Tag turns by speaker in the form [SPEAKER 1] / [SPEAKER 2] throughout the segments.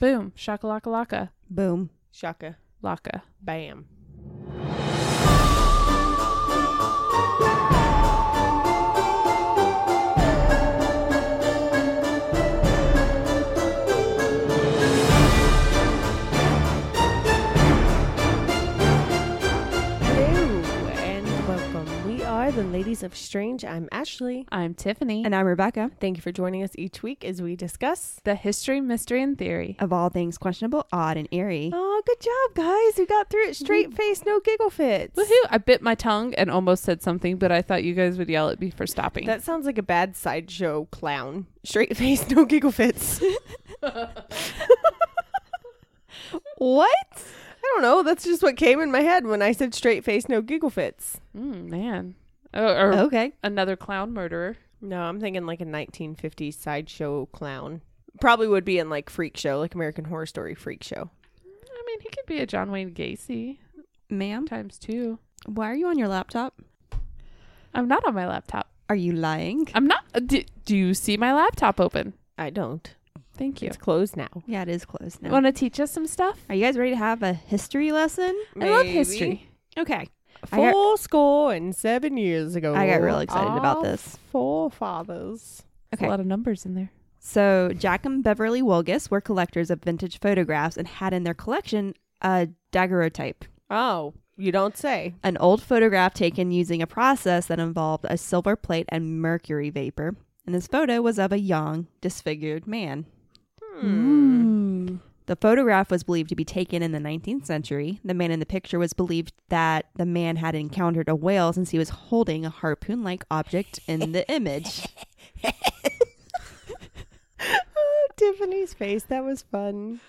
[SPEAKER 1] Boom. Shakalaka laka.
[SPEAKER 2] Boom.
[SPEAKER 3] Shaka.
[SPEAKER 1] Laka.
[SPEAKER 3] Bam. Hello and welcome. We are the Ladies of Strange. I'm Ashley.
[SPEAKER 1] I'm Tiffany.
[SPEAKER 2] And I'm Rebecca
[SPEAKER 3] Thank you for joining us each week as we discuss.
[SPEAKER 1] the history, mystery, and theory.
[SPEAKER 2] of all things questionable, odd, and eerie.
[SPEAKER 3] Oh, good job, guys. We got through it straight face, no giggle fits.
[SPEAKER 1] Woohoo! I bit my tongue and almost said something, but I thought you guys would yell at me for stopping.
[SPEAKER 3] That sounds like a bad sideshow clown. Straight face, no giggle fits.
[SPEAKER 2] What?
[SPEAKER 3] I don't know. That's just what came in my head when I said straight face, no giggle fits.
[SPEAKER 1] Mm, man. Oh, or
[SPEAKER 2] Okay.
[SPEAKER 1] another clown murderer.
[SPEAKER 3] No, I'm thinking like a 1950s sideshow clown. Probably would be in like Freak Show, like American Horror Story Freak Show.
[SPEAKER 1] I mean, he could be a John Wayne Gacy
[SPEAKER 2] Ma'am,
[SPEAKER 1] times two.
[SPEAKER 2] why are you on your laptop?
[SPEAKER 1] I'm not on my laptop.
[SPEAKER 2] Are you lying?
[SPEAKER 1] I'm not. uh, Do, do you see my laptop open?
[SPEAKER 3] I don't.
[SPEAKER 1] Thank you.
[SPEAKER 3] It's closed now.
[SPEAKER 2] Yeah, it is closed now.
[SPEAKER 1] Want to teach us some stuff?
[SPEAKER 2] Are you guys ready to have a history lesson?
[SPEAKER 1] I love
[SPEAKER 3] Maybe.
[SPEAKER 1] history.
[SPEAKER 2] Okay. I got-
[SPEAKER 3] Full score and seven years ago.
[SPEAKER 2] I got real excited about
[SPEAKER 3] our
[SPEAKER 2] this.
[SPEAKER 3] Forefathers.
[SPEAKER 1] There's A lot of numbers in there.
[SPEAKER 2] So, Jack and Beverly Wilgus were collectors of vintage photographs and had in their collection a daguerreotype,
[SPEAKER 3] Oh, you don't say.
[SPEAKER 2] an old photograph taken using a process that involved a silver plate and mercury vapor. And this photo was of a young, disfigured man. The photograph was believed to be taken in the 19th century. The man in the picture was believed that the man had encountered a whale since he was holding a harpoon like object in the image.
[SPEAKER 3] Tiffany's face. That was fun.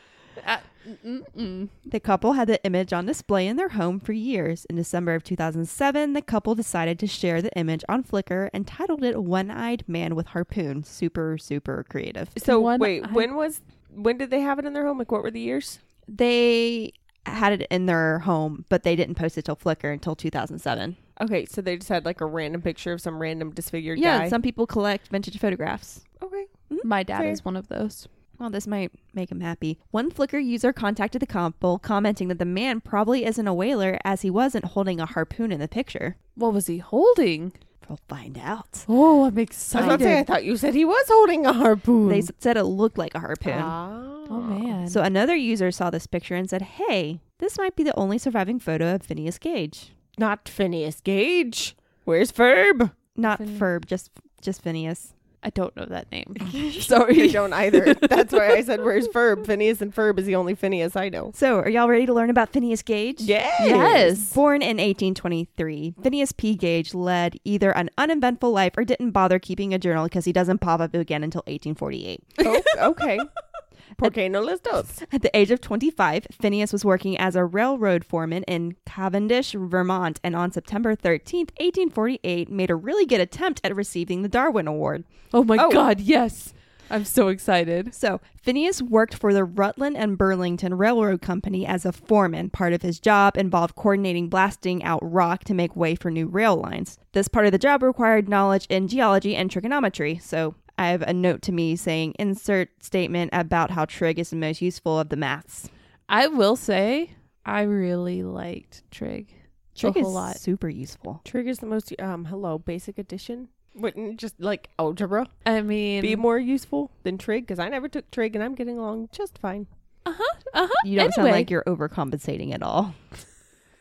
[SPEAKER 1] Uh, mm-mm.
[SPEAKER 2] The couple had the image on display in their home for years. In December of 2007, the couple decided to share the image on Flickr and titled it One Eyed Man with Harpoon. Super, super creative.
[SPEAKER 3] So
[SPEAKER 1] One
[SPEAKER 3] wait,
[SPEAKER 1] eye-
[SPEAKER 3] when was when did they have it in their home? Like what were the years?
[SPEAKER 2] They had it in their home, but they didn't post it till Flickr until 2007.
[SPEAKER 3] Okay, so they just had like a random picture of some random disfigured
[SPEAKER 2] Yeah,
[SPEAKER 3] guy.
[SPEAKER 2] some people collect vintage photographs.
[SPEAKER 3] okay.
[SPEAKER 1] My dad
[SPEAKER 3] Fair.
[SPEAKER 1] is one of those.
[SPEAKER 2] Well, this might make him happy. One Flickr user contacted the couple, commenting that the man probably isn't a whaler as he wasn't holding a harpoon in the picture.
[SPEAKER 1] What was he holding?
[SPEAKER 2] We'll find out.
[SPEAKER 1] Oh, I'm
[SPEAKER 3] I was about
[SPEAKER 1] excited.
[SPEAKER 3] to say, I thought you said he was holding a harpoon.
[SPEAKER 2] They s- said it looked like a harpoon.
[SPEAKER 3] Ah.
[SPEAKER 1] oh man.
[SPEAKER 2] So another user saw this picture and said, "Hey, this might be the only surviving photo of Phineas Gage."
[SPEAKER 3] Not Phineas Gage. Where's Ferb?
[SPEAKER 2] Not
[SPEAKER 1] Phine-
[SPEAKER 2] Ferb, just just Phineas.
[SPEAKER 1] I don't know that name.
[SPEAKER 3] Sorry. I don't either. That's why I said, where's Ferb? Phineas and Ferb is the only Phineas I know.
[SPEAKER 2] So, are y'all ready to learn about Phineas Gage?
[SPEAKER 3] Yes.
[SPEAKER 1] yes.
[SPEAKER 2] Born in 1823, Phineas P. Gage led either an uneventful life or didn't bother keeping a journal because he doesn't pop up again until 1848.
[SPEAKER 3] Oh, okay. Por qué no les dos?
[SPEAKER 2] At the age of 25, Phineas was working as a railroad foreman in Cavendish, Vermont, and on September 13th, 1848, made a really good attempt at receiving the Darwin Award.
[SPEAKER 1] Oh my
[SPEAKER 3] Oh.
[SPEAKER 1] god, yes. I'm so excited.
[SPEAKER 2] So, Phineas worked for the Rutland and Burlington Railroad Company as a foreman. Part of his job involved coordinating blasting out rock to make way for new rail lines. This part of the job required knowledge in geology and trigonometry. So, I have a note to me saying insert statement about how trig is the most useful of the maths.
[SPEAKER 1] I will say I really liked Trig.
[SPEAKER 2] Trig
[SPEAKER 1] a
[SPEAKER 2] is
[SPEAKER 1] whole lot.
[SPEAKER 2] super useful.
[SPEAKER 3] Trigger's the most, um, hello, basic addition. Wouldn't just like algebra
[SPEAKER 1] I mean,
[SPEAKER 3] be more useful than trig? Because I never took trig and I'm getting along just fine.
[SPEAKER 1] uh-huh.
[SPEAKER 2] You don't sound
[SPEAKER 1] Anyway.
[SPEAKER 2] like you're overcompensating at all.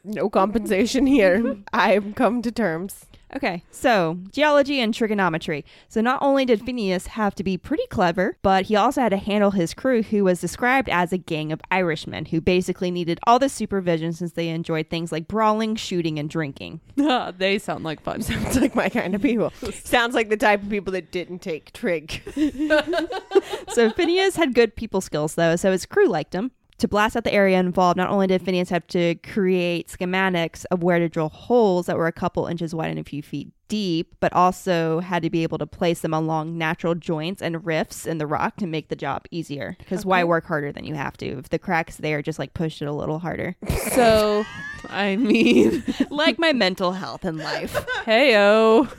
[SPEAKER 3] No compensation here. I've come to terms.
[SPEAKER 2] Okay, so geology and trigonometry. So not only did Phineas have to be pretty clever, but he also had to handle his crew, who was described as a gang of Irishmen who basically needed all the supervision since they enjoyed things like brawling, shooting, and drinking.
[SPEAKER 1] they sound like fun.
[SPEAKER 3] Sounds like my kind of people. Sounds like the type of people that didn't take trig.
[SPEAKER 2] so Phineas had good people skills though, so his crew liked him. To blast out the area involved, not only did Phineas have to create schematics of where to drill holes that were a couple inches wide and a few feet deep, but also had to be able to place them along natural joints and rifts in the rock to make the job easier. Because why work harder than you have to? If the crack's there, just like push it a little harder.
[SPEAKER 1] so, I mean,
[SPEAKER 2] like my mental health and life.
[SPEAKER 1] heyo.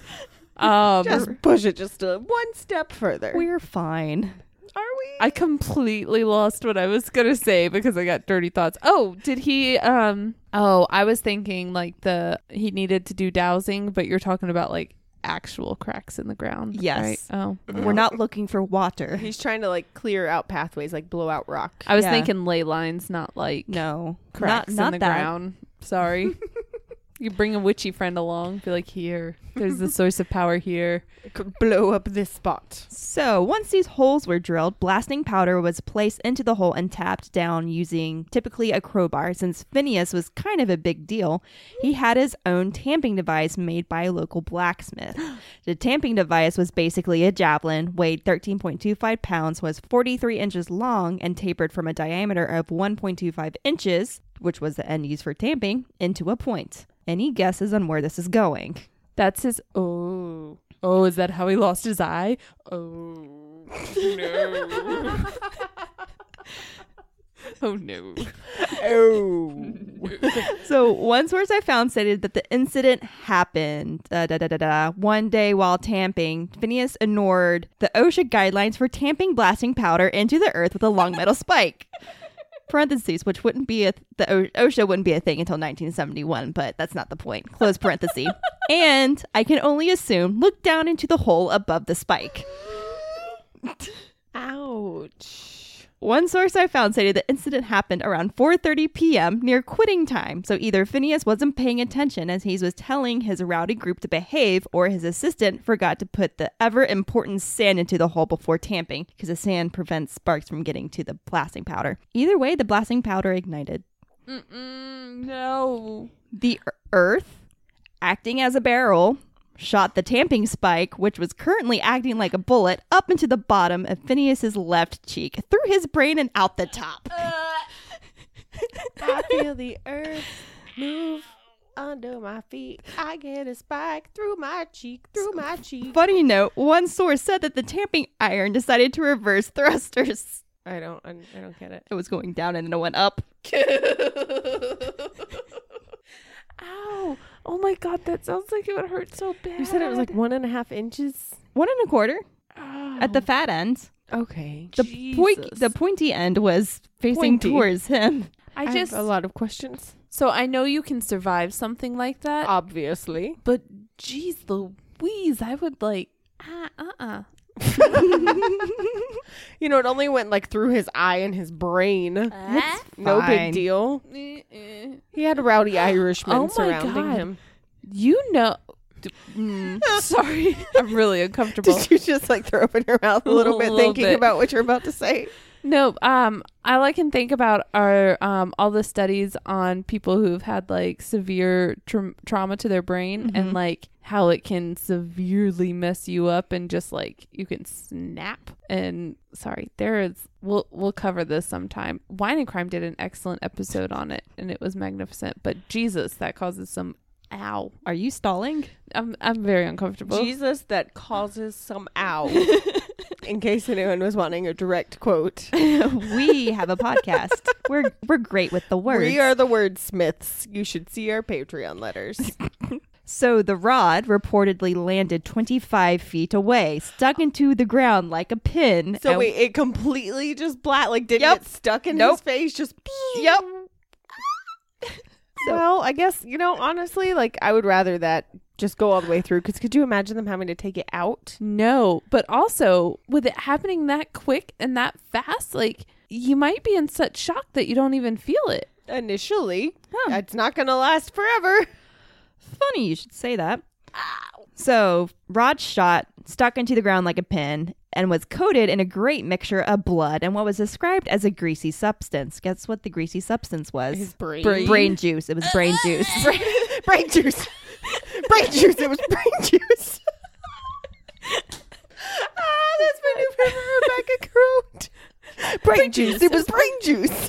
[SPEAKER 1] Um
[SPEAKER 3] Just push it just a one step further.
[SPEAKER 2] We're fine.
[SPEAKER 3] Are we?
[SPEAKER 1] I completely lost what I was gonna say because I got dirty thoughts. Oh, did he? Um. Oh, I was thinking like the he needed to do dowsing, but you're talking about like actual cracks in the ground.
[SPEAKER 2] Yes.
[SPEAKER 1] right? Oh.
[SPEAKER 2] We're not looking for water.
[SPEAKER 3] He's trying to like clear out pathways, like blow out rock.
[SPEAKER 1] I was
[SPEAKER 2] Yeah.
[SPEAKER 1] thinking ley lines, not like
[SPEAKER 2] No,
[SPEAKER 1] cracks
[SPEAKER 2] not, not
[SPEAKER 1] in the
[SPEAKER 2] that.
[SPEAKER 1] ground. Sorry. you bring a witchy friend along. Be like, here, there's the source of power here.
[SPEAKER 3] Could blow up this spot.
[SPEAKER 2] So once these holes were drilled, blasting powder was placed into the hole and tapped down using typically a crowbar. Since Phineas was kind of a big deal, he had his own tamping device made by a local blacksmith. The tamping device was basically a javelin, weighed 13.25 pounds, was 43 inches long, and tapered from a diameter of 1.25 inches, which was the end used for tamping, into a point. Any guesses on where this is going?
[SPEAKER 1] That's his. Oh. Oh, is that how he lost his eye? Oh. No. oh, no.
[SPEAKER 3] Oh.
[SPEAKER 2] So one source I found stated that the incident happened uh, da, da, da, da, one day while tamping. Phineas ignored the OSHA guidelines for tamping blasting powder into the earth with a long metal spike. Parentheses, which wouldn't be a th- the o- OSHA wouldn't be a thing until 1971, but that's not the point. Close parenthesis. and I can only assume looked down into the hole above the spike.
[SPEAKER 3] Ouch.
[SPEAKER 2] One source I found stated the incident happened around 4:30 p.m. near quitting time, so either Phineas wasn't paying attention as he was telling his rowdy group to behave, or his assistant forgot to put the ever important sand into the hole before tamping, because the sand prevents sparks from getting to the blasting powder. Either way, the blasting powder ignited.
[SPEAKER 1] Mm-mm, Mm, no.
[SPEAKER 2] The ear- earth, acting as a barrel, shot the tamping spike, which was currently acting like a bullet, up into the bottom of Phineas's left cheek, through his brain and out the top.
[SPEAKER 3] I feel the earth move under my feet. I get a spike through my cheek, through my cheek.
[SPEAKER 2] Funny note, one source said that the tamping iron decided to reverse thrusters.
[SPEAKER 3] I don't. I I don't get
[SPEAKER 2] It was going down and then it went up.
[SPEAKER 3] it.
[SPEAKER 1] Ow. Oh, my God. That sounds like it would hurt so bad. Ah.
[SPEAKER 3] you said it was like one and a half inches.
[SPEAKER 2] One and a quarter at the fat end.
[SPEAKER 3] Okay.
[SPEAKER 2] The,
[SPEAKER 1] Jesus.
[SPEAKER 2] point, the pointy end was facing
[SPEAKER 3] Pointy.
[SPEAKER 2] towards him.
[SPEAKER 1] I just.
[SPEAKER 3] have a lot of questions.
[SPEAKER 1] so I know you can survive something like that,
[SPEAKER 3] Obviously.
[SPEAKER 1] but geez Louise, I would like. Uh uh uh.
[SPEAKER 3] You know, it only went like through his eye and his brain.
[SPEAKER 2] That's
[SPEAKER 3] No
[SPEAKER 2] fine.
[SPEAKER 3] big deal.
[SPEAKER 1] Uh-uh.
[SPEAKER 3] He had a rowdy Irishman
[SPEAKER 1] Oh my
[SPEAKER 3] surrounding
[SPEAKER 1] God.
[SPEAKER 3] him.
[SPEAKER 1] You know. D- mm, sorry. I'm really uncomfortable.
[SPEAKER 3] you just like throw open your mouth
[SPEAKER 1] a little bit thinking about
[SPEAKER 3] what you're about to say?
[SPEAKER 1] No, um, all I can think about are um, all the studies on people who've had like severe tra- trauma to their brain and like how it can severely mess you up and just like you can snap. And sorry, there is we'll we'll cover this sometime. Wine and Crime did an excellent episode on it, and it was magnificent. But Jesus, that causes some ow.
[SPEAKER 2] Are you stalling?
[SPEAKER 1] I'm I'm very uncomfortable.
[SPEAKER 3] Jesus that causes some ow. In case anyone was wanting a direct quote,
[SPEAKER 2] we have a podcast. we're we're great with the words.
[SPEAKER 3] we are the wordsmiths. You should see our Patreon letters.
[SPEAKER 2] So the rod reportedly landed 25 feet away, stuck into the ground like a pin.
[SPEAKER 3] So
[SPEAKER 2] and-
[SPEAKER 3] wait, it completely just blat like didn't
[SPEAKER 2] Yep.
[SPEAKER 3] get stuck in
[SPEAKER 2] Nope.
[SPEAKER 3] his face. Just
[SPEAKER 2] Yep.
[SPEAKER 3] well, I guess you know honestly, like I would rather that just go all the way through. Because could you imagine them having to take it out?
[SPEAKER 1] No, but also with it happening that quick and that fast, like you might be in such shock that you don't even feel it.
[SPEAKER 3] Initially, it's not going to last forever.
[SPEAKER 2] Funny you should say that. So, Rod's shot stuck into the ground like a pin and was coated in a great mixture of blood and what was described as a greasy substance. Guess what the greasy substance was?
[SPEAKER 3] brain,
[SPEAKER 2] brain juice. It was brain juice.
[SPEAKER 3] brain, brain juice. brain juice. It was brain juice. ah, that's my new favorite Rebecca quote. Brain, juice. It was brain juice.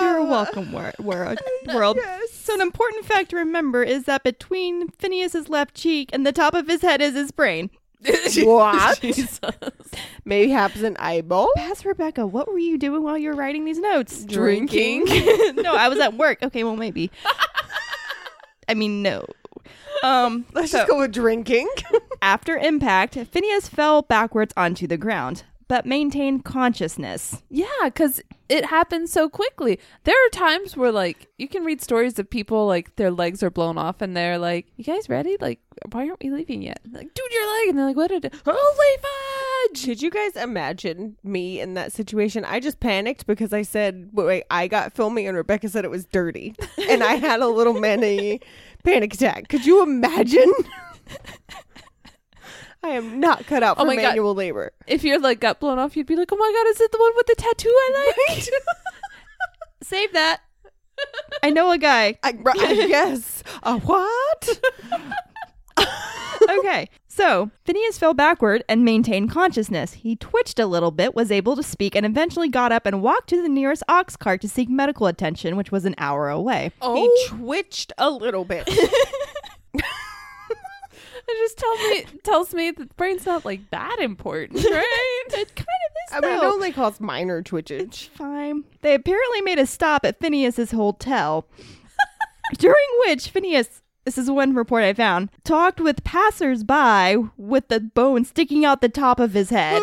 [SPEAKER 2] You're
[SPEAKER 3] Uh,
[SPEAKER 2] welcome, wor- wor- world. So, an important fact to remember is that between Phineas's left cheek and the top of his head is his brain.
[SPEAKER 3] what? Mayhaps an eyeball.
[SPEAKER 2] Ask Rebecca, what were you doing while you were writing these notes?
[SPEAKER 3] Drinking.
[SPEAKER 2] no, I was at work. Okay, well maybe. I mean, no. Um,
[SPEAKER 3] Let's just go with drinking.
[SPEAKER 2] after impact, Phineas fell backwards onto the ground. but maintained consciousness.
[SPEAKER 1] Yeah, because it happens so quickly. There are times where, like, you can read stories of people, like, their legs are blown off and they're like, You guys ready? Like, why aren't we leaving yet? Like, dude, your leg. And they're like, What did it? Holy fudge!
[SPEAKER 3] Did you guys imagine me in that situation? I just panicked because I said, wait, wait, I got filming and Rebecca said it was dirty. And I had a little mini panic attack. Could you imagine? I am not cut out for
[SPEAKER 1] Oh my God.
[SPEAKER 3] manual labor.
[SPEAKER 1] If your leg got blown off, you'd be like, Oh my God, is it the one with the tattoo I liked?
[SPEAKER 2] Save that. I know a guy.
[SPEAKER 3] I, I guess. A what?
[SPEAKER 2] Okay. So, Phineas fell backward and maintained consciousness. He twitched a little bit, was able to speak, and eventually got up and walked to the nearest ox cart to seek medical attention, which was an hour away.
[SPEAKER 3] He twitched a little bit.
[SPEAKER 1] It just tells me tells me that the brain's not like that important, right?
[SPEAKER 2] It kind of is.
[SPEAKER 3] I mean, it
[SPEAKER 2] though.
[SPEAKER 3] only caused minor twitchage.
[SPEAKER 2] Fine. They apparently made a stop at Phineas's hotel, during which Phineas, this is one report I found, talked with passersby with the bone sticking out the top of his head.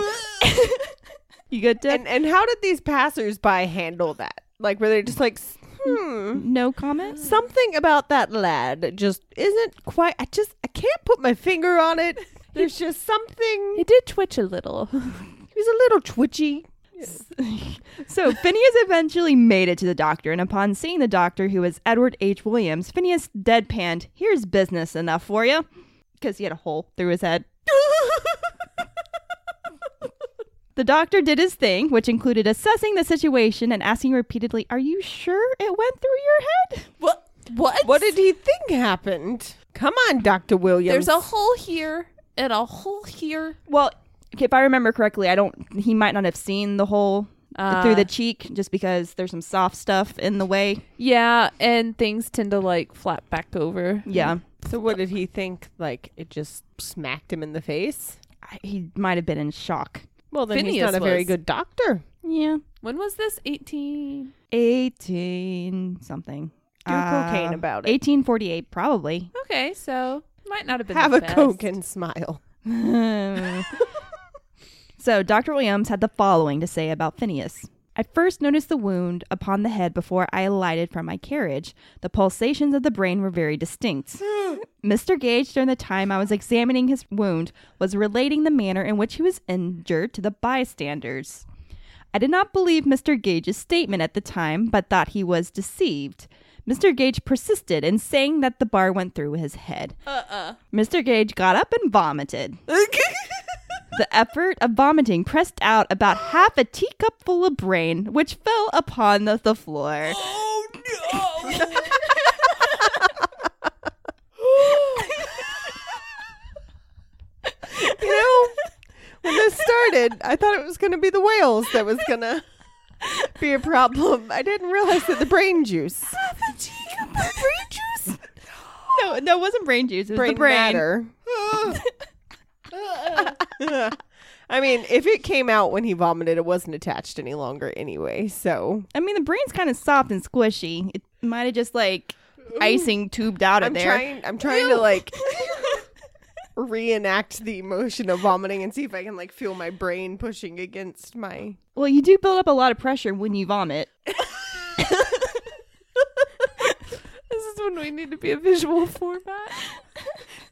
[SPEAKER 2] you good, Deb?
[SPEAKER 3] And and how did these passersby handle that? Like, were they just like, hmm,
[SPEAKER 2] no comments?
[SPEAKER 3] something about that lad just isn't quite. I just I can't put my finger on it. There's just something.
[SPEAKER 1] It did twitch a little.
[SPEAKER 3] He was a little twitchy.
[SPEAKER 2] So Phineas eventually made it to the doctor, and upon seeing the doctor, who was Edward H. Williams, Phineas deadpanned, Here's business enough for you. Because he had a hole through his head. the doctor did his thing, which included assessing the situation and asking repeatedly, Are you sure it went through your head?
[SPEAKER 1] What? What?
[SPEAKER 3] What did he think happened? Come on, Doctor Williams.
[SPEAKER 1] There's a hole here and a hole here.
[SPEAKER 2] Well, if I remember correctly, I don't, he might not have seen the hole. through the cheek, just because there's some soft stuff in the way.
[SPEAKER 1] Yeah, and things tend to like flap back over.
[SPEAKER 2] Yeah.
[SPEAKER 3] so what did he think? Like it just smacked him in the face.
[SPEAKER 2] I- He might have been in shock.
[SPEAKER 3] Well, then he's
[SPEAKER 1] Phineas
[SPEAKER 3] not a very
[SPEAKER 1] was.
[SPEAKER 3] good doctor.
[SPEAKER 2] Yeah.
[SPEAKER 1] When was this? 18.
[SPEAKER 2] 18 something.
[SPEAKER 3] Do cocaine about it.
[SPEAKER 2] 1848, probably.
[SPEAKER 1] Okay, so might not have been
[SPEAKER 3] Have
[SPEAKER 1] the
[SPEAKER 3] a
[SPEAKER 1] best.
[SPEAKER 3] coke and smile.
[SPEAKER 2] so Dr. Williams had the following to say about Phineas. I first noticed the wound upon the head before I alighted from my carriage. The pulsations of the brain were very distinct. Mr. Gage, during the time I was examining his wound, was relating the manner in which he was injured to the bystanders. I did not believe Mr. Gage's statement at the time, but thought he was deceived. Mr. Gage persisted in saying that the bar went through his head. Mr. Gage got up and vomited. the effort of vomiting pressed out about half a teacup full of brain, which fell upon the, the floor.
[SPEAKER 1] Oh no!
[SPEAKER 3] You know, when this started, I thought it was going to be the whales that was going to be a problem. I didn't realize that the brain juice,
[SPEAKER 2] brain juice? No, no, it wasn't brain juice. It was
[SPEAKER 3] brain,
[SPEAKER 2] the brain.
[SPEAKER 3] matter. I mean, if it came out when he vomited, it wasn't attached any longer anyway. So
[SPEAKER 2] I mean, the brain's kind of soft and squishy. It might have just like icing tubed out of
[SPEAKER 3] I'm
[SPEAKER 2] there.
[SPEAKER 3] trying. I'm trying to like reenact the emotion of vomiting and see if I can like feel my brain pushing against my.
[SPEAKER 2] Well, you do build up a lot of pressure when you vomit.
[SPEAKER 1] this is when we need to be a visual format.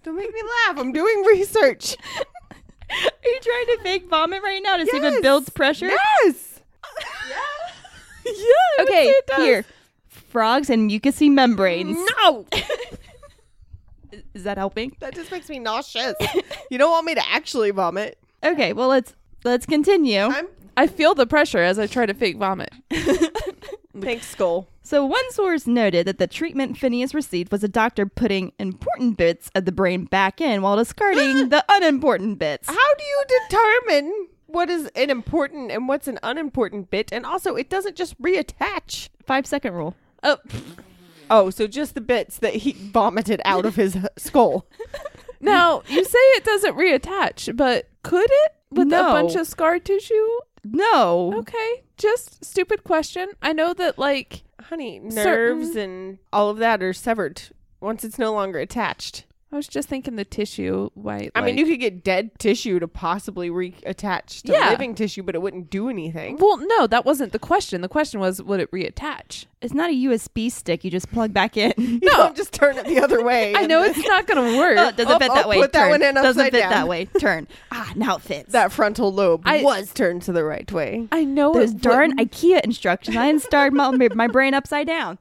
[SPEAKER 3] Don't make me laugh. I'm doing research.
[SPEAKER 2] Are you trying to fake vomit right now to see if
[SPEAKER 3] Yes.
[SPEAKER 2] it builds pressure?
[SPEAKER 3] Yes.
[SPEAKER 1] yeah.
[SPEAKER 2] Okay, here. Frogs and mucousy membranes.
[SPEAKER 3] No.
[SPEAKER 2] Is that helping?
[SPEAKER 3] That just makes me nauseous. you don't want me to actually vomit.
[SPEAKER 2] Okay, well let's let's continue.
[SPEAKER 3] I'm
[SPEAKER 1] I feel the pressure as I try to fake vomit.
[SPEAKER 3] thanks, skull.
[SPEAKER 2] So one source noted that the treatment Phineas received was a doctor putting important bits of the brain back in while discarding the unimportant bits.
[SPEAKER 3] How do you determine what is an important and what's an unimportant bit? And also, it doesn't just reattach.
[SPEAKER 2] Five second rule.
[SPEAKER 3] Oh, oh, so just the bits that he vomited out of his skull.
[SPEAKER 1] Now, you say it doesn't reattach, but could it with
[SPEAKER 2] No.
[SPEAKER 1] a bunch of scar tissue?
[SPEAKER 2] No.
[SPEAKER 1] Okay, just stupid question. I know that like
[SPEAKER 3] Honey, nerves and all of that are severed once it's no longer attached.
[SPEAKER 1] I was just thinking the tissue white.
[SPEAKER 3] I
[SPEAKER 1] like-
[SPEAKER 3] mean, you could get dead tissue to possibly reattach to
[SPEAKER 1] Yeah.
[SPEAKER 3] living tissue, but it wouldn't do anything.
[SPEAKER 1] Well, no, that wasn't the question. The question was, would it reattach?
[SPEAKER 2] It's not a USB stick you just plug back in.
[SPEAKER 3] You don't just turn it the other way.
[SPEAKER 1] I
[SPEAKER 3] and
[SPEAKER 1] know
[SPEAKER 3] then-
[SPEAKER 1] it's not going to work.
[SPEAKER 2] Oh, it doesn't
[SPEAKER 3] Oh,
[SPEAKER 2] fit
[SPEAKER 3] oh,
[SPEAKER 2] that way.
[SPEAKER 3] put that
[SPEAKER 2] Turn.
[SPEAKER 3] one in
[SPEAKER 2] Doesn't
[SPEAKER 3] upside
[SPEAKER 2] fit that
[SPEAKER 3] down.
[SPEAKER 2] way. Turn. Ah, now it fits.
[SPEAKER 3] that frontal lobe
[SPEAKER 1] I-
[SPEAKER 3] was turned to the right way.
[SPEAKER 1] I know
[SPEAKER 2] Those
[SPEAKER 1] it
[SPEAKER 2] darn IKEA instructions. I installed my, my brain upside down.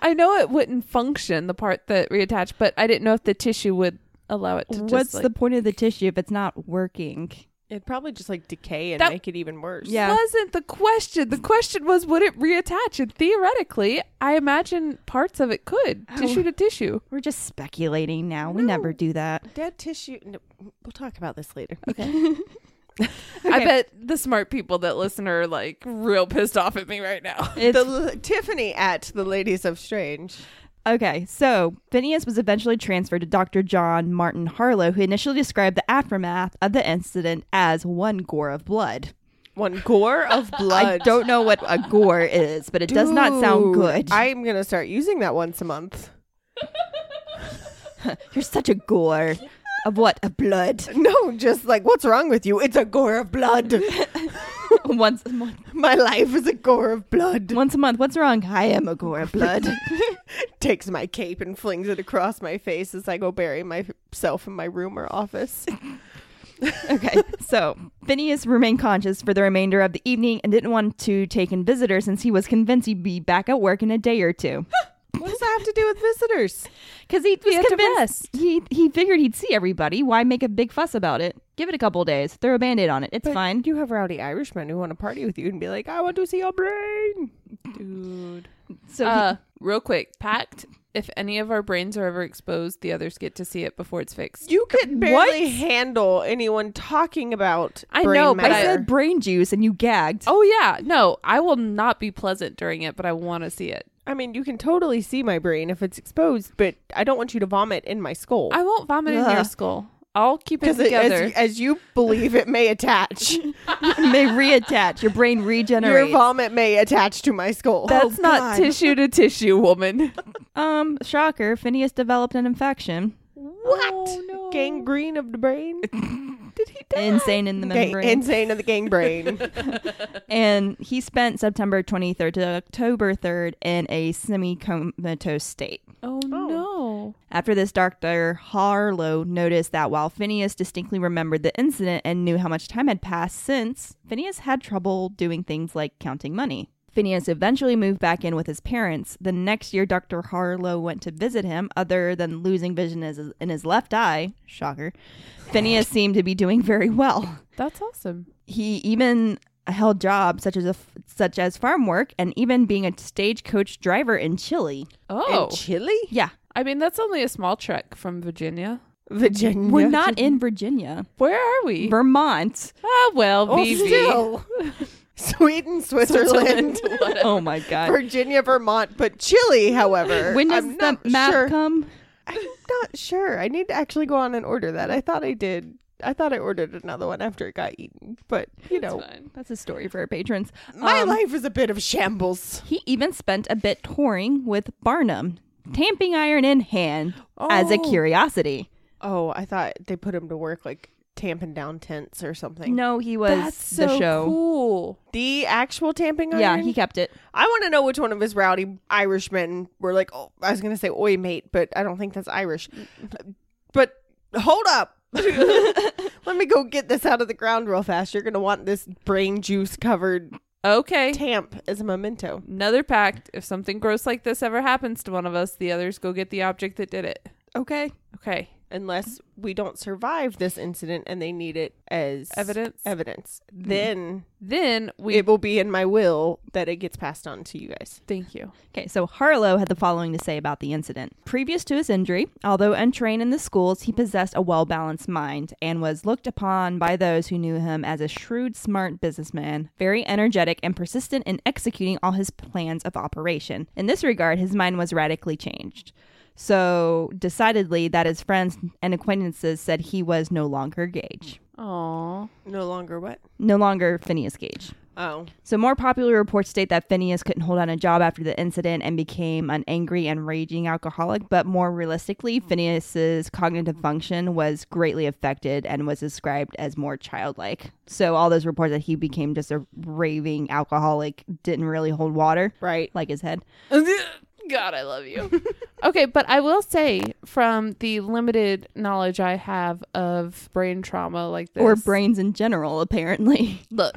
[SPEAKER 1] I know it wouldn't function the part that reattached, but I didn't know if the tissue would allow it to just
[SPEAKER 2] What's
[SPEAKER 1] like,
[SPEAKER 2] the point of the tissue if it's not working?
[SPEAKER 3] It'd probably just like decay and
[SPEAKER 1] That-
[SPEAKER 3] make it even worse.
[SPEAKER 2] Yeah.
[SPEAKER 1] wasn't the question. The question was would it reattach? And theoretically, I imagine parts of it could,
[SPEAKER 3] Oh.
[SPEAKER 1] tissue to tissue.
[SPEAKER 2] We're just speculating now. We never do that.
[SPEAKER 3] Dead tissue. No, we'll talk about this later.
[SPEAKER 1] I bet the smart people that listen are like real pissed off at me right now.
[SPEAKER 2] It's
[SPEAKER 3] The, Tiffany at the Ladies of Strange.
[SPEAKER 2] Okay, so Phineas was eventually transferred to Dr. John Martin Harlow, who initially described the aftermath of the incident as one gore of blood.
[SPEAKER 3] One gore of blood.
[SPEAKER 2] I don't know what a gore is, but it does not sound
[SPEAKER 3] Dude,
[SPEAKER 2] good.
[SPEAKER 3] I'm gonna start using that once a month.
[SPEAKER 2] You're such a gore. Of what? Of blood.
[SPEAKER 3] No, just like what's wrong with you? It's a gore of blood.
[SPEAKER 2] once, a month,
[SPEAKER 3] My life is a gore of blood.
[SPEAKER 2] once a month. What's wrong? I am a gore of blood.
[SPEAKER 3] Takes my cape and flings it across my face as I go bury myself in my room or office.
[SPEAKER 2] okay, so Phineas remained conscious for the remainder of the evening and didn't want to take in visitors since he was convinced he'd be back at work in a day or two.
[SPEAKER 3] What does that have to do with visitors?
[SPEAKER 2] Because he was
[SPEAKER 1] had to
[SPEAKER 2] convinced
[SPEAKER 1] rest.
[SPEAKER 2] he he figured he'd see everybody. Why make a big fuss about it? Give it a couple days. Throw a band-aid on it. It's fine.
[SPEAKER 3] You have rowdy Irishmen who want to party with you and be like, "I want to see your brain."
[SPEAKER 1] Dude.
[SPEAKER 2] So he-
[SPEAKER 1] Uh, real quick, pact. If any of our brains are ever exposed, the others get to see it before it's fixed.
[SPEAKER 3] You could barely handle anyone talking about.
[SPEAKER 1] I
[SPEAKER 3] brain
[SPEAKER 1] know, but
[SPEAKER 3] matter.
[SPEAKER 2] I
[SPEAKER 1] I-
[SPEAKER 2] said brain juice and you gagged.
[SPEAKER 1] Oh yeah, no, I will not be pleasant during it, but I want to see it.
[SPEAKER 3] I mean, you can totally see my brain if it's exposed, but I don't want you to vomit in my skull.
[SPEAKER 1] I won't vomit in your
[SPEAKER 2] Ugh.
[SPEAKER 1] skull. I'll keep it
[SPEAKER 3] Because it-
[SPEAKER 1] together.
[SPEAKER 3] as, as you believe, it may attach.
[SPEAKER 2] You may reattach. Your brain
[SPEAKER 3] Your
[SPEAKER 2] regenerates. Oh,
[SPEAKER 3] vomit may attach to my skull.
[SPEAKER 1] That's not
[SPEAKER 2] God.
[SPEAKER 1] tissue to tissue, woman.
[SPEAKER 2] um, shocker. Phineas developed an infection.
[SPEAKER 3] what?
[SPEAKER 1] Oh, no.
[SPEAKER 3] Gangrene of the brain.
[SPEAKER 1] Did he die?
[SPEAKER 2] Insane in the
[SPEAKER 3] Okay,
[SPEAKER 2] membrane.
[SPEAKER 3] insane of the gang brain.
[SPEAKER 2] and he spent September 23rd to October 3rd in a semi-comatose state.
[SPEAKER 1] oh, no.
[SPEAKER 2] After this, Dr. Harlow noticed that while Phineas distinctly remembered the incident and knew how much time had passed since, Phineas had trouble doing things like counting money. Phineas eventually moved back in with his parents. The next year, Dr. Harlow went to visit him. Other than losing vision is- in his left eye, shocker, Phineas seemed to be doing very well.
[SPEAKER 1] That's awesome.
[SPEAKER 2] He even held jobs such as a f- such as farm work and even being a stagecoach driver in Chile.
[SPEAKER 1] Oh.
[SPEAKER 3] And chili?
[SPEAKER 2] Yeah,
[SPEAKER 1] I mean, that's only a small trek from Virginia.
[SPEAKER 3] Virginia.
[SPEAKER 2] we're not in Virginia,
[SPEAKER 1] Where are we?
[SPEAKER 2] Vermont.
[SPEAKER 1] Ah, well,
[SPEAKER 3] Oh,
[SPEAKER 1] Vivi.
[SPEAKER 3] still. Sweden, Switzerland,
[SPEAKER 2] oh my god.
[SPEAKER 3] Virginia, Vermont, but Chile, however.
[SPEAKER 2] When does
[SPEAKER 3] I'm
[SPEAKER 2] the
[SPEAKER 3] not
[SPEAKER 2] map
[SPEAKER 3] sure.
[SPEAKER 2] come?
[SPEAKER 3] I'm not sure. I need to actually go on and order that. I thought I did. I thought I ordered another one after it got eaten, but you know,
[SPEAKER 1] Fine.
[SPEAKER 2] That's a story for our patrons.
[SPEAKER 3] my
[SPEAKER 2] Um,
[SPEAKER 3] life is a bit of shambles.
[SPEAKER 2] He even spent a bit touring with Barnum, tamping iron in hand, as a
[SPEAKER 1] Oh.
[SPEAKER 2] curiosity.
[SPEAKER 3] Oh, I thought they put him to work like tamping down tents or something.
[SPEAKER 2] No, he was
[SPEAKER 1] That's so
[SPEAKER 2] the show.
[SPEAKER 1] cool.
[SPEAKER 3] The actual tamping iron.
[SPEAKER 2] Yeah, he kept it.
[SPEAKER 3] I want to know which one of his rowdy Irishmen were like. Oh, I was gonna say oi mate, but I don't think that's Irish. But hold up. Let me go get this out of the ground real fast. You're gonna want this brain juice covered
[SPEAKER 1] Okay.
[SPEAKER 3] tamp as a memento.
[SPEAKER 1] Another pact. If something gross like this ever happens to one of us, the others go get the object that did it.
[SPEAKER 2] Okay.
[SPEAKER 1] Okay.
[SPEAKER 3] unless we don't survive this incident and they need it as
[SPEAKER 1] Evidence?
[SPEAKER 3] evidence then
[SPEAKER 1] Then we.
[SPEAKER 3] it will be in my will that it gets passed on to you guys
[SPEAKER 1] Thank you.
[SPEAKER 2] Okay, so Harlow had the following to say about the incident. Previous to his injury, although untrained in the schools, he possessed a well balanced mind and was looked upon by those who knew him as a shrewd, smart businessman, very energetic and persistent in executing all his plans of operation. In this regard, his mind was radically changed. So decidedly that his friends and acquaintances said he was no longer Gage.
[SPEAKER 1] Aw.
[SPEAKER 3] no longer what
[SPEAKER 2] No longer Phineas Gage.
[SPEAKER 3] Oh.
[SPEAKER 2] So, more popular reports state that Phineas couldn't hold down a job after the incident and became an angry and raging alcoholic. But more realistically, Phineas's cognitive function was greatly affected and was described as more childlike. So, all those reports that he became just a raving alcoholic didn't really hold water,
[SPEAKER 3] Right.
[SPEAKER 2] like his head.
[SPEAKER 1] God, I love you. okay, but I will say from the limited knowledge I have of brain trauma like this
[SPEAKER 2] Or brains in general, apparently.
[SPEAKER 1] Look,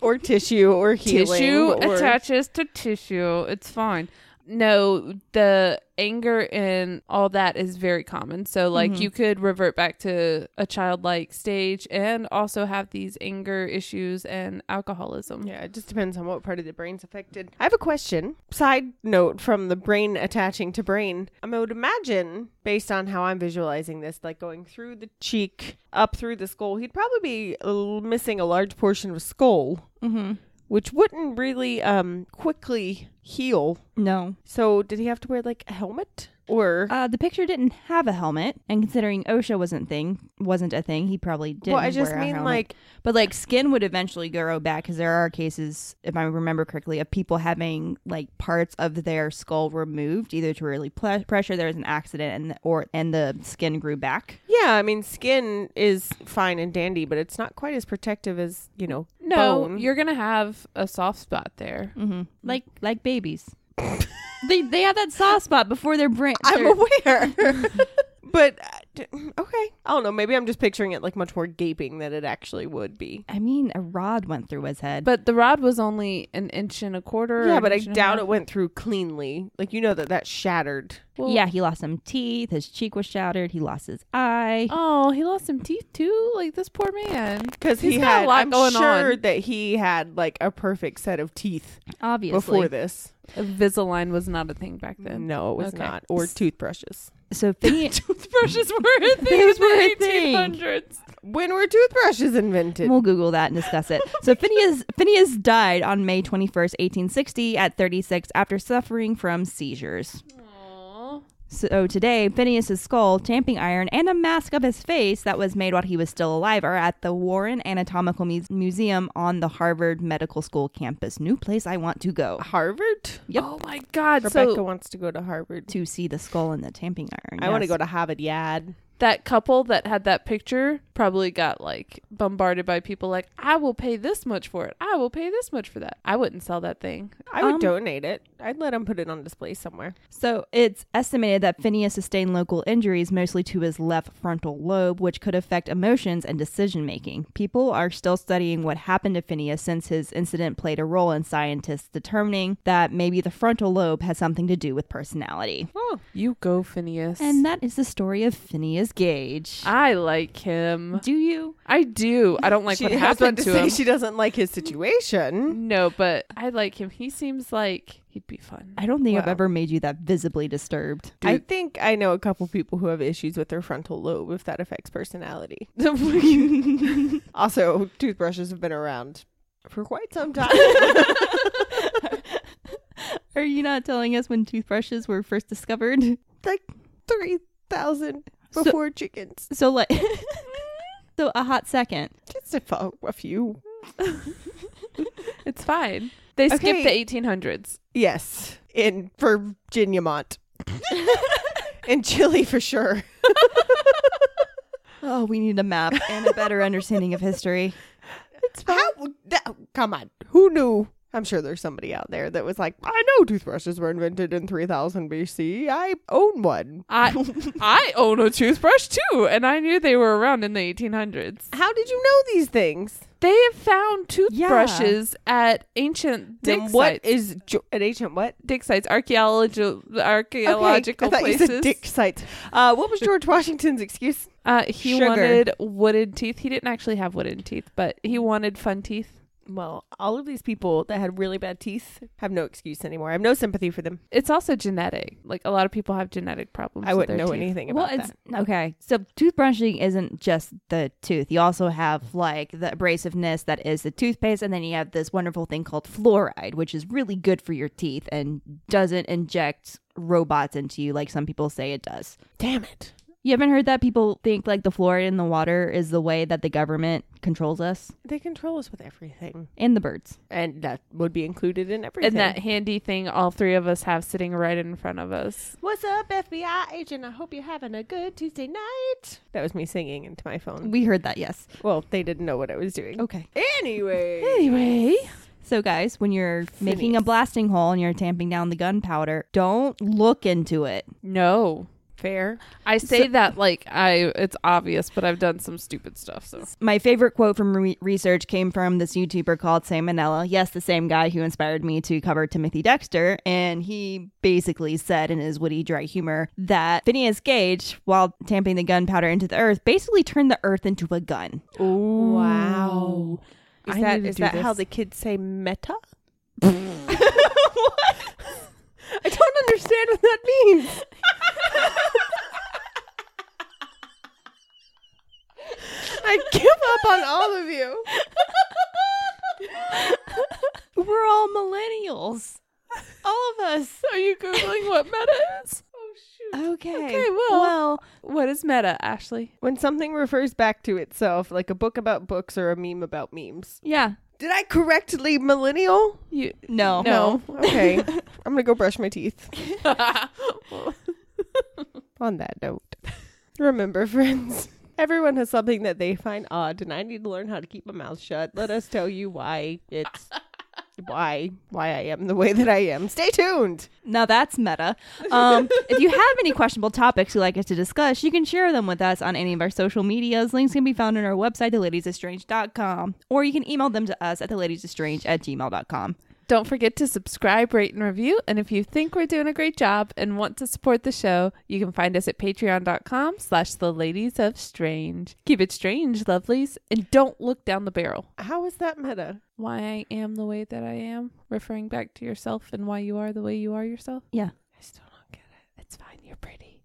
[SPEAKER 3] Or tissue or healing.
[SPEAKER 1] tissue
[SPEAKER 3] or-
[SPEAKER 1] attaches to tissue. It's fine. No, the anger and all that is very common. So, like, you could revert back to a childlike stage and also have these anger issues and alcoholism.
[SPEAKER 3] Yeah, it just depends on what part of the brain's affected. I have a question. Side note from the brain attaching to brain. I would imagine, based on how I'm visualizing this, like going through the cheek, up through the skull, he'd probably be a little- missing a large portion of his skull,
[SPEAKER 2] Mm-hmm.
[SPEAKER 3] which wouldn't really um quickly heal.
[SPEAKER 2] No.
[SPEAKER 3] So, did he have to wear like a helmet? Or
[SPEAKER 2] Uh, the picture didn't have a helmet, and considering OSHA wasn't thing wasn't a thing, he probably didn't.
[SPEAKER 3] well, I just
[SPEAKER 2] wear a
[SPEAKER 3] mean
[SPEAKER 2] helmet.
[SPEAKER 3] like
[SPEAKER 2] but like skin would eventually grow back because there are cases, if I remember correctly, of people having like parts of their skull removed either to really ple- pressure there was an accident and or and the skin grew back.
[SPEAKER 3] yeah, I mean skin is fine and dandy, but it's not quite as protective as, you know,
[SPEAKER 1] No,
[SPEAKER 3] bone.
[SPEAKER 1] you're going to have a soft spot there.
[SPEAKER 2] Mm-hmm. Like like babies, they they have that soft spot before their brain.
[SPEAKER 3] I'm
[SPEAKER 2] their-
[SPEAKER 3] aware. but uh, d- okay, I don't know. Maybe I'm just picturing it like much more gaping than it actually would be.
[SPEAKER 2] I mean, a rod went through his head.
[SPEAKER 1] But the rod was only an inch and a quarter.
[SPEAKER 3] Yeah, but I doubt it went through cleanly. Like you know that that shattered.
[SPEAKER 1] Well-
[SPEAKER 2] yeah, he lost some teeth. His cheek was shattered. He lost his eye.
[SPEAKER 1] Oh, he lost some teeth too. Like this poor man.
[SPEAKER 3] Because
[SPEAKER 1] He's
[SPEAKER 3] he
[SPEAKER 1] got a
[SPEAKER 3] had,
[SPEAKER 1] lot
[SPEAKER 3] I'm
[SPEAKER 1] going
[SPEAKER 3] sure
[SPEAKER 1] on.
[SPEAKER 3] that he had like a perfect set of teeth
[SPEAKER 2] Obviously,
[SPEAKER 3] before this.
[SPEAKER 1] Invisalign was not a thing back then.
[SPEAKER 3] No, it was
[SPEAKER 1] Okay.
[SPEAKER 3] not. Or toothbrushes.
[SPEAKER 2] so Phineas.
[SPEAKER 1] Toothbrushes were a thing
[SPEAKER 2] Those
[SPEAKER 1] in
[SPEAKER 2] were
[SPEAKER 1] the
[SPEAKER 2] a thing.
[SPEAKER 1] 1800s.
[SPEAKER 3] When were toothbrushes invented?
[SPEAKER 2] We'll Google that and discuss it. So Phineas Phineas died on May 21st, 1860, at 36, after suffering from seizures. So today, Phineas's skull, tamping iron, and a mask of his face that was made while he was still alive are at the Warren Anatomical Mu- Museum on the Harvard Medical School campus. New place I want to go
[SPEAKER 3] Harvard.
[SPEAKER 2] Yep.
[SPEAKER 1] Oh my God!
[SPEAKER 3] Rebecca
[SPEAKER 1] So
[SPEAKER 3] wants to go to Harvard.
[SPEAKER 2] to see the skull and the tamping iron.
[SPEAKER 3] I want to
[SPEAKER 2] yes.
[SPEAKER 3] go to Harvard Yad.
[SPEAKER 1] that couple that had that picture probably got like bombarded by people like, "I will pay this much for it. I will pay this much for that. I wouldn't sell that thing."
[SPEAKER 3] I would
[SPEAKER 2] Um,
[SPEAKER 3] donate it. I'd let him put it on display somewhere.
[SPEAKER 2] So it's estimated that Phineas sustained local injuries mostly to his left frontal lobe, which could affect emotions and decision making. People are still studying what happened to Phineas since his incident played a role in scientists determining that maybe the frontal lobe has something to do with personality.
[SPEAKER 3] Oh,
[SPEAKER 1] You go, Phineas.
[SPEAKER 2] And that is the story of Phineas Gage.
[SPEAKER 1] I like him.
[SPEAKER 2] do you?
[SPEAKER 1] I do. I don't like
[SPEAKER 3] she
[SPEAKER 1] what
[SPEAKER 3] I was about
[SPEAKER 1] happened
[SPEAKER 3] to
[SPEAKER 1] to,
[SPEAKER 3] say
[SPEAKER 1] him.
[SPEAKER 3] she doesn't like his situation.
[SPEAKER 1] no, but I like him. He seems like he'd be fun.
[SPEAKER 2] I don't think I've
[SPEAKER 3] Wow.
[SPEAKER 2] ever made you that visibly disturbed.
[SPEAKER 3] I think I know a couple people who have issues with their frontal lobe if that affects personality. also, toothbrushes have been around for quite some time.
[SPEAKER 2] Are you not telling us when toothbrushes were first discovered?
[SPEAKER 3] like 3,000
[SPEAKER 2] So-
[SPEAKER 3] before chickens.
[SPEAKER 2] So, like, so a hot second.
[SPEAKER 3] Just a, fo- a few.
[SPEAKER 1] It's fine. They
[SPEAKER 3] Okay.
[SPEAKER 1] skipped the 1800s.
[SPEAKER 3] Yes, in Virginia Mont. in Chile for sure.
[SPEAKER 2] Oh, we need a map and a better understanding of history.
[SPEAKER 3] How, that, come on. Who knew? I'm sure there's somebody out there that was like, I know toothbrushes were invented in 3000 BC. I own one.
[SPEAKER 1] I I own a toothbrush too, and I knew they were around in the 1800s.
[SPEAKER 3] How did you know these things?
[SPEAKER 1] They have found toothbrushes at ancient dig
[SPEAKER 3] Then
[SPEAKER 1] sites.
[SPEAKER 3] what is jo- an ancient what?
[SPEAKER 1] dig sites? Archaeological
[SPEAKER 3] Okay,
[SPEAKER 1] archaeological
[SPEAKER 3] I thought you
[SPEAKER 1] places.
[SPEAKER 3] said dick sites. Uh, what was George Washington's excuse?
[SPEAKER 1] Uh, he
[SPEAKER 2] Sugar.
[SPEAKER 1] wanted wooden teeth. He didn't actually have wooden teeth, but
[SPEAKER 3] Hmm.
[SPEAKER 1] he wanted fun teeth.
[SPEAKER 3] Well, all of these people that had really bad teeth have no excuse anymore. I have no sympathy for them.
[SPEAKER 1] It's also genetic. Like a lot of people have genetic problems.
[SPEAKER 3] I
[SPEAKER 1] with
[SPEAKER 3] wouldn't
[SPEAKER 1] their
[SPEAKER 3] know
[SPEAKER 1] teeth.
[SPEAKER 3] anything
[SPEAKER 2] Well,
[SPEAKER 3] about
[SPEAKER 2] it's
[SPEAKER 3] that.
[SPEAKER 2] okay. So toothbrushing isn't just the tooth. You also have like the abrasiveness that is the toothpaste, and then you have this wonderful thing called fluoride, which is really good for your teeth and doesn't inject robots into you like some people say it does.
[SPEAKER 3] Damn it!
[SPEAKER 2] You haven't heard that people think like the fluoride in the water is the way that the government controls us
[SPEAKER 3] They control us with everything,
[SPEAKER 2] and the birds.
[SPEAKER 3] and that would be included in everything.
[SPEAKER 1] And that handy thing all three of us have sitting right in front of us.
[SPEAKER 3] What's up, FBI agent? I hope you're having a good Tuesday night. That was me singing into my phone.
[SPEAKER 2] We heard that, yes.
[SPEAKER 3] Well, they didn't know what I was doing.
[SPEAKER 2] Okay.
[SPEAKER 3] Anyway,
[SPEAKER 1] Anyway,
[SPEAKER 2] So, guys, when you're making a blasting hole and you're tamping down the gunpowder, don't look into it.
[SPEAKER 1] no.
[SPEAKER 3] fair.
[SPEAKER 1] I say that like I it's obvious, but I've done some stupid stuff. So
[SPEAKER 2] My favorite quote from re- research came from this YouTuber called Sam Manella. Yes, the same guy who inspired me to cover Timothy Dexter. And he basically said in his witty, dry humor that Phineas Gage, while tamping the gunpowder into the earth, basically turned the earth into a gun.
[SPEAKER 3] Wow. Is
[SPEAKER 1] I
[SPEAKER 3] that
[SPEAKER 1] need to
[SPEAKER 3] is
[SPEAKER 1] do
[SPEAKER 3] that how
[SPEAKER 1] this.
[SPEAKER 3] the kids say meta? what? I don't understand what that means. I give up on all of you.
[SPEAKER 2] We're all millennials. All of us.
[SPEAKER 1] Are you googling what meta is? Oh shoot.
[SPEAKER 2] Okay.
[SPEAKER 1] Okay, well- What is meta, Ashley?
[SPEAKER 3] When something refers back to itself, like a book about books or a meme about memes.
[SPEAKER 2] yeah.
[SPEAKER 3] Did I correctly millennial?
[SPEAKER 1] You
[SPEAKER 2] No.
[SPEAKER 1] No.
[SPEAKER 3] Okay. I'm going to go brush my teeth. On that note, remember, friends, everyone has something that they find odd, and I need to learn how to keep my mouth shut. Let us tell you why it's why why I am the way that I am. Stay tuned.
[SPEAKER 2] Now that's meta. Um, if you have any questionable topics you'd like us to discuss, you can share them with us on any of our social medias. Links can be found on our website, theladiesestrange.com, or you can email them to us at theladiesestrange at gmail.com.
[SPEAKER 1] Don't forget to subscribe, rate, and review. And if you think we're doing a great job and want to support the show, you can find us at patreon.com slash the ladies of strange. Keep it strange, lovelies, and don't look down the barrel.
[SPEAKER 3] How is that meta?
[SPEAKER 1] Why I am the way that I am, referring back to yourself and why you are the way you are yourself.
[SPEAKER 2] Yeah.
[SPEAKER 1] I still don't get it. It's fine, you're pretty.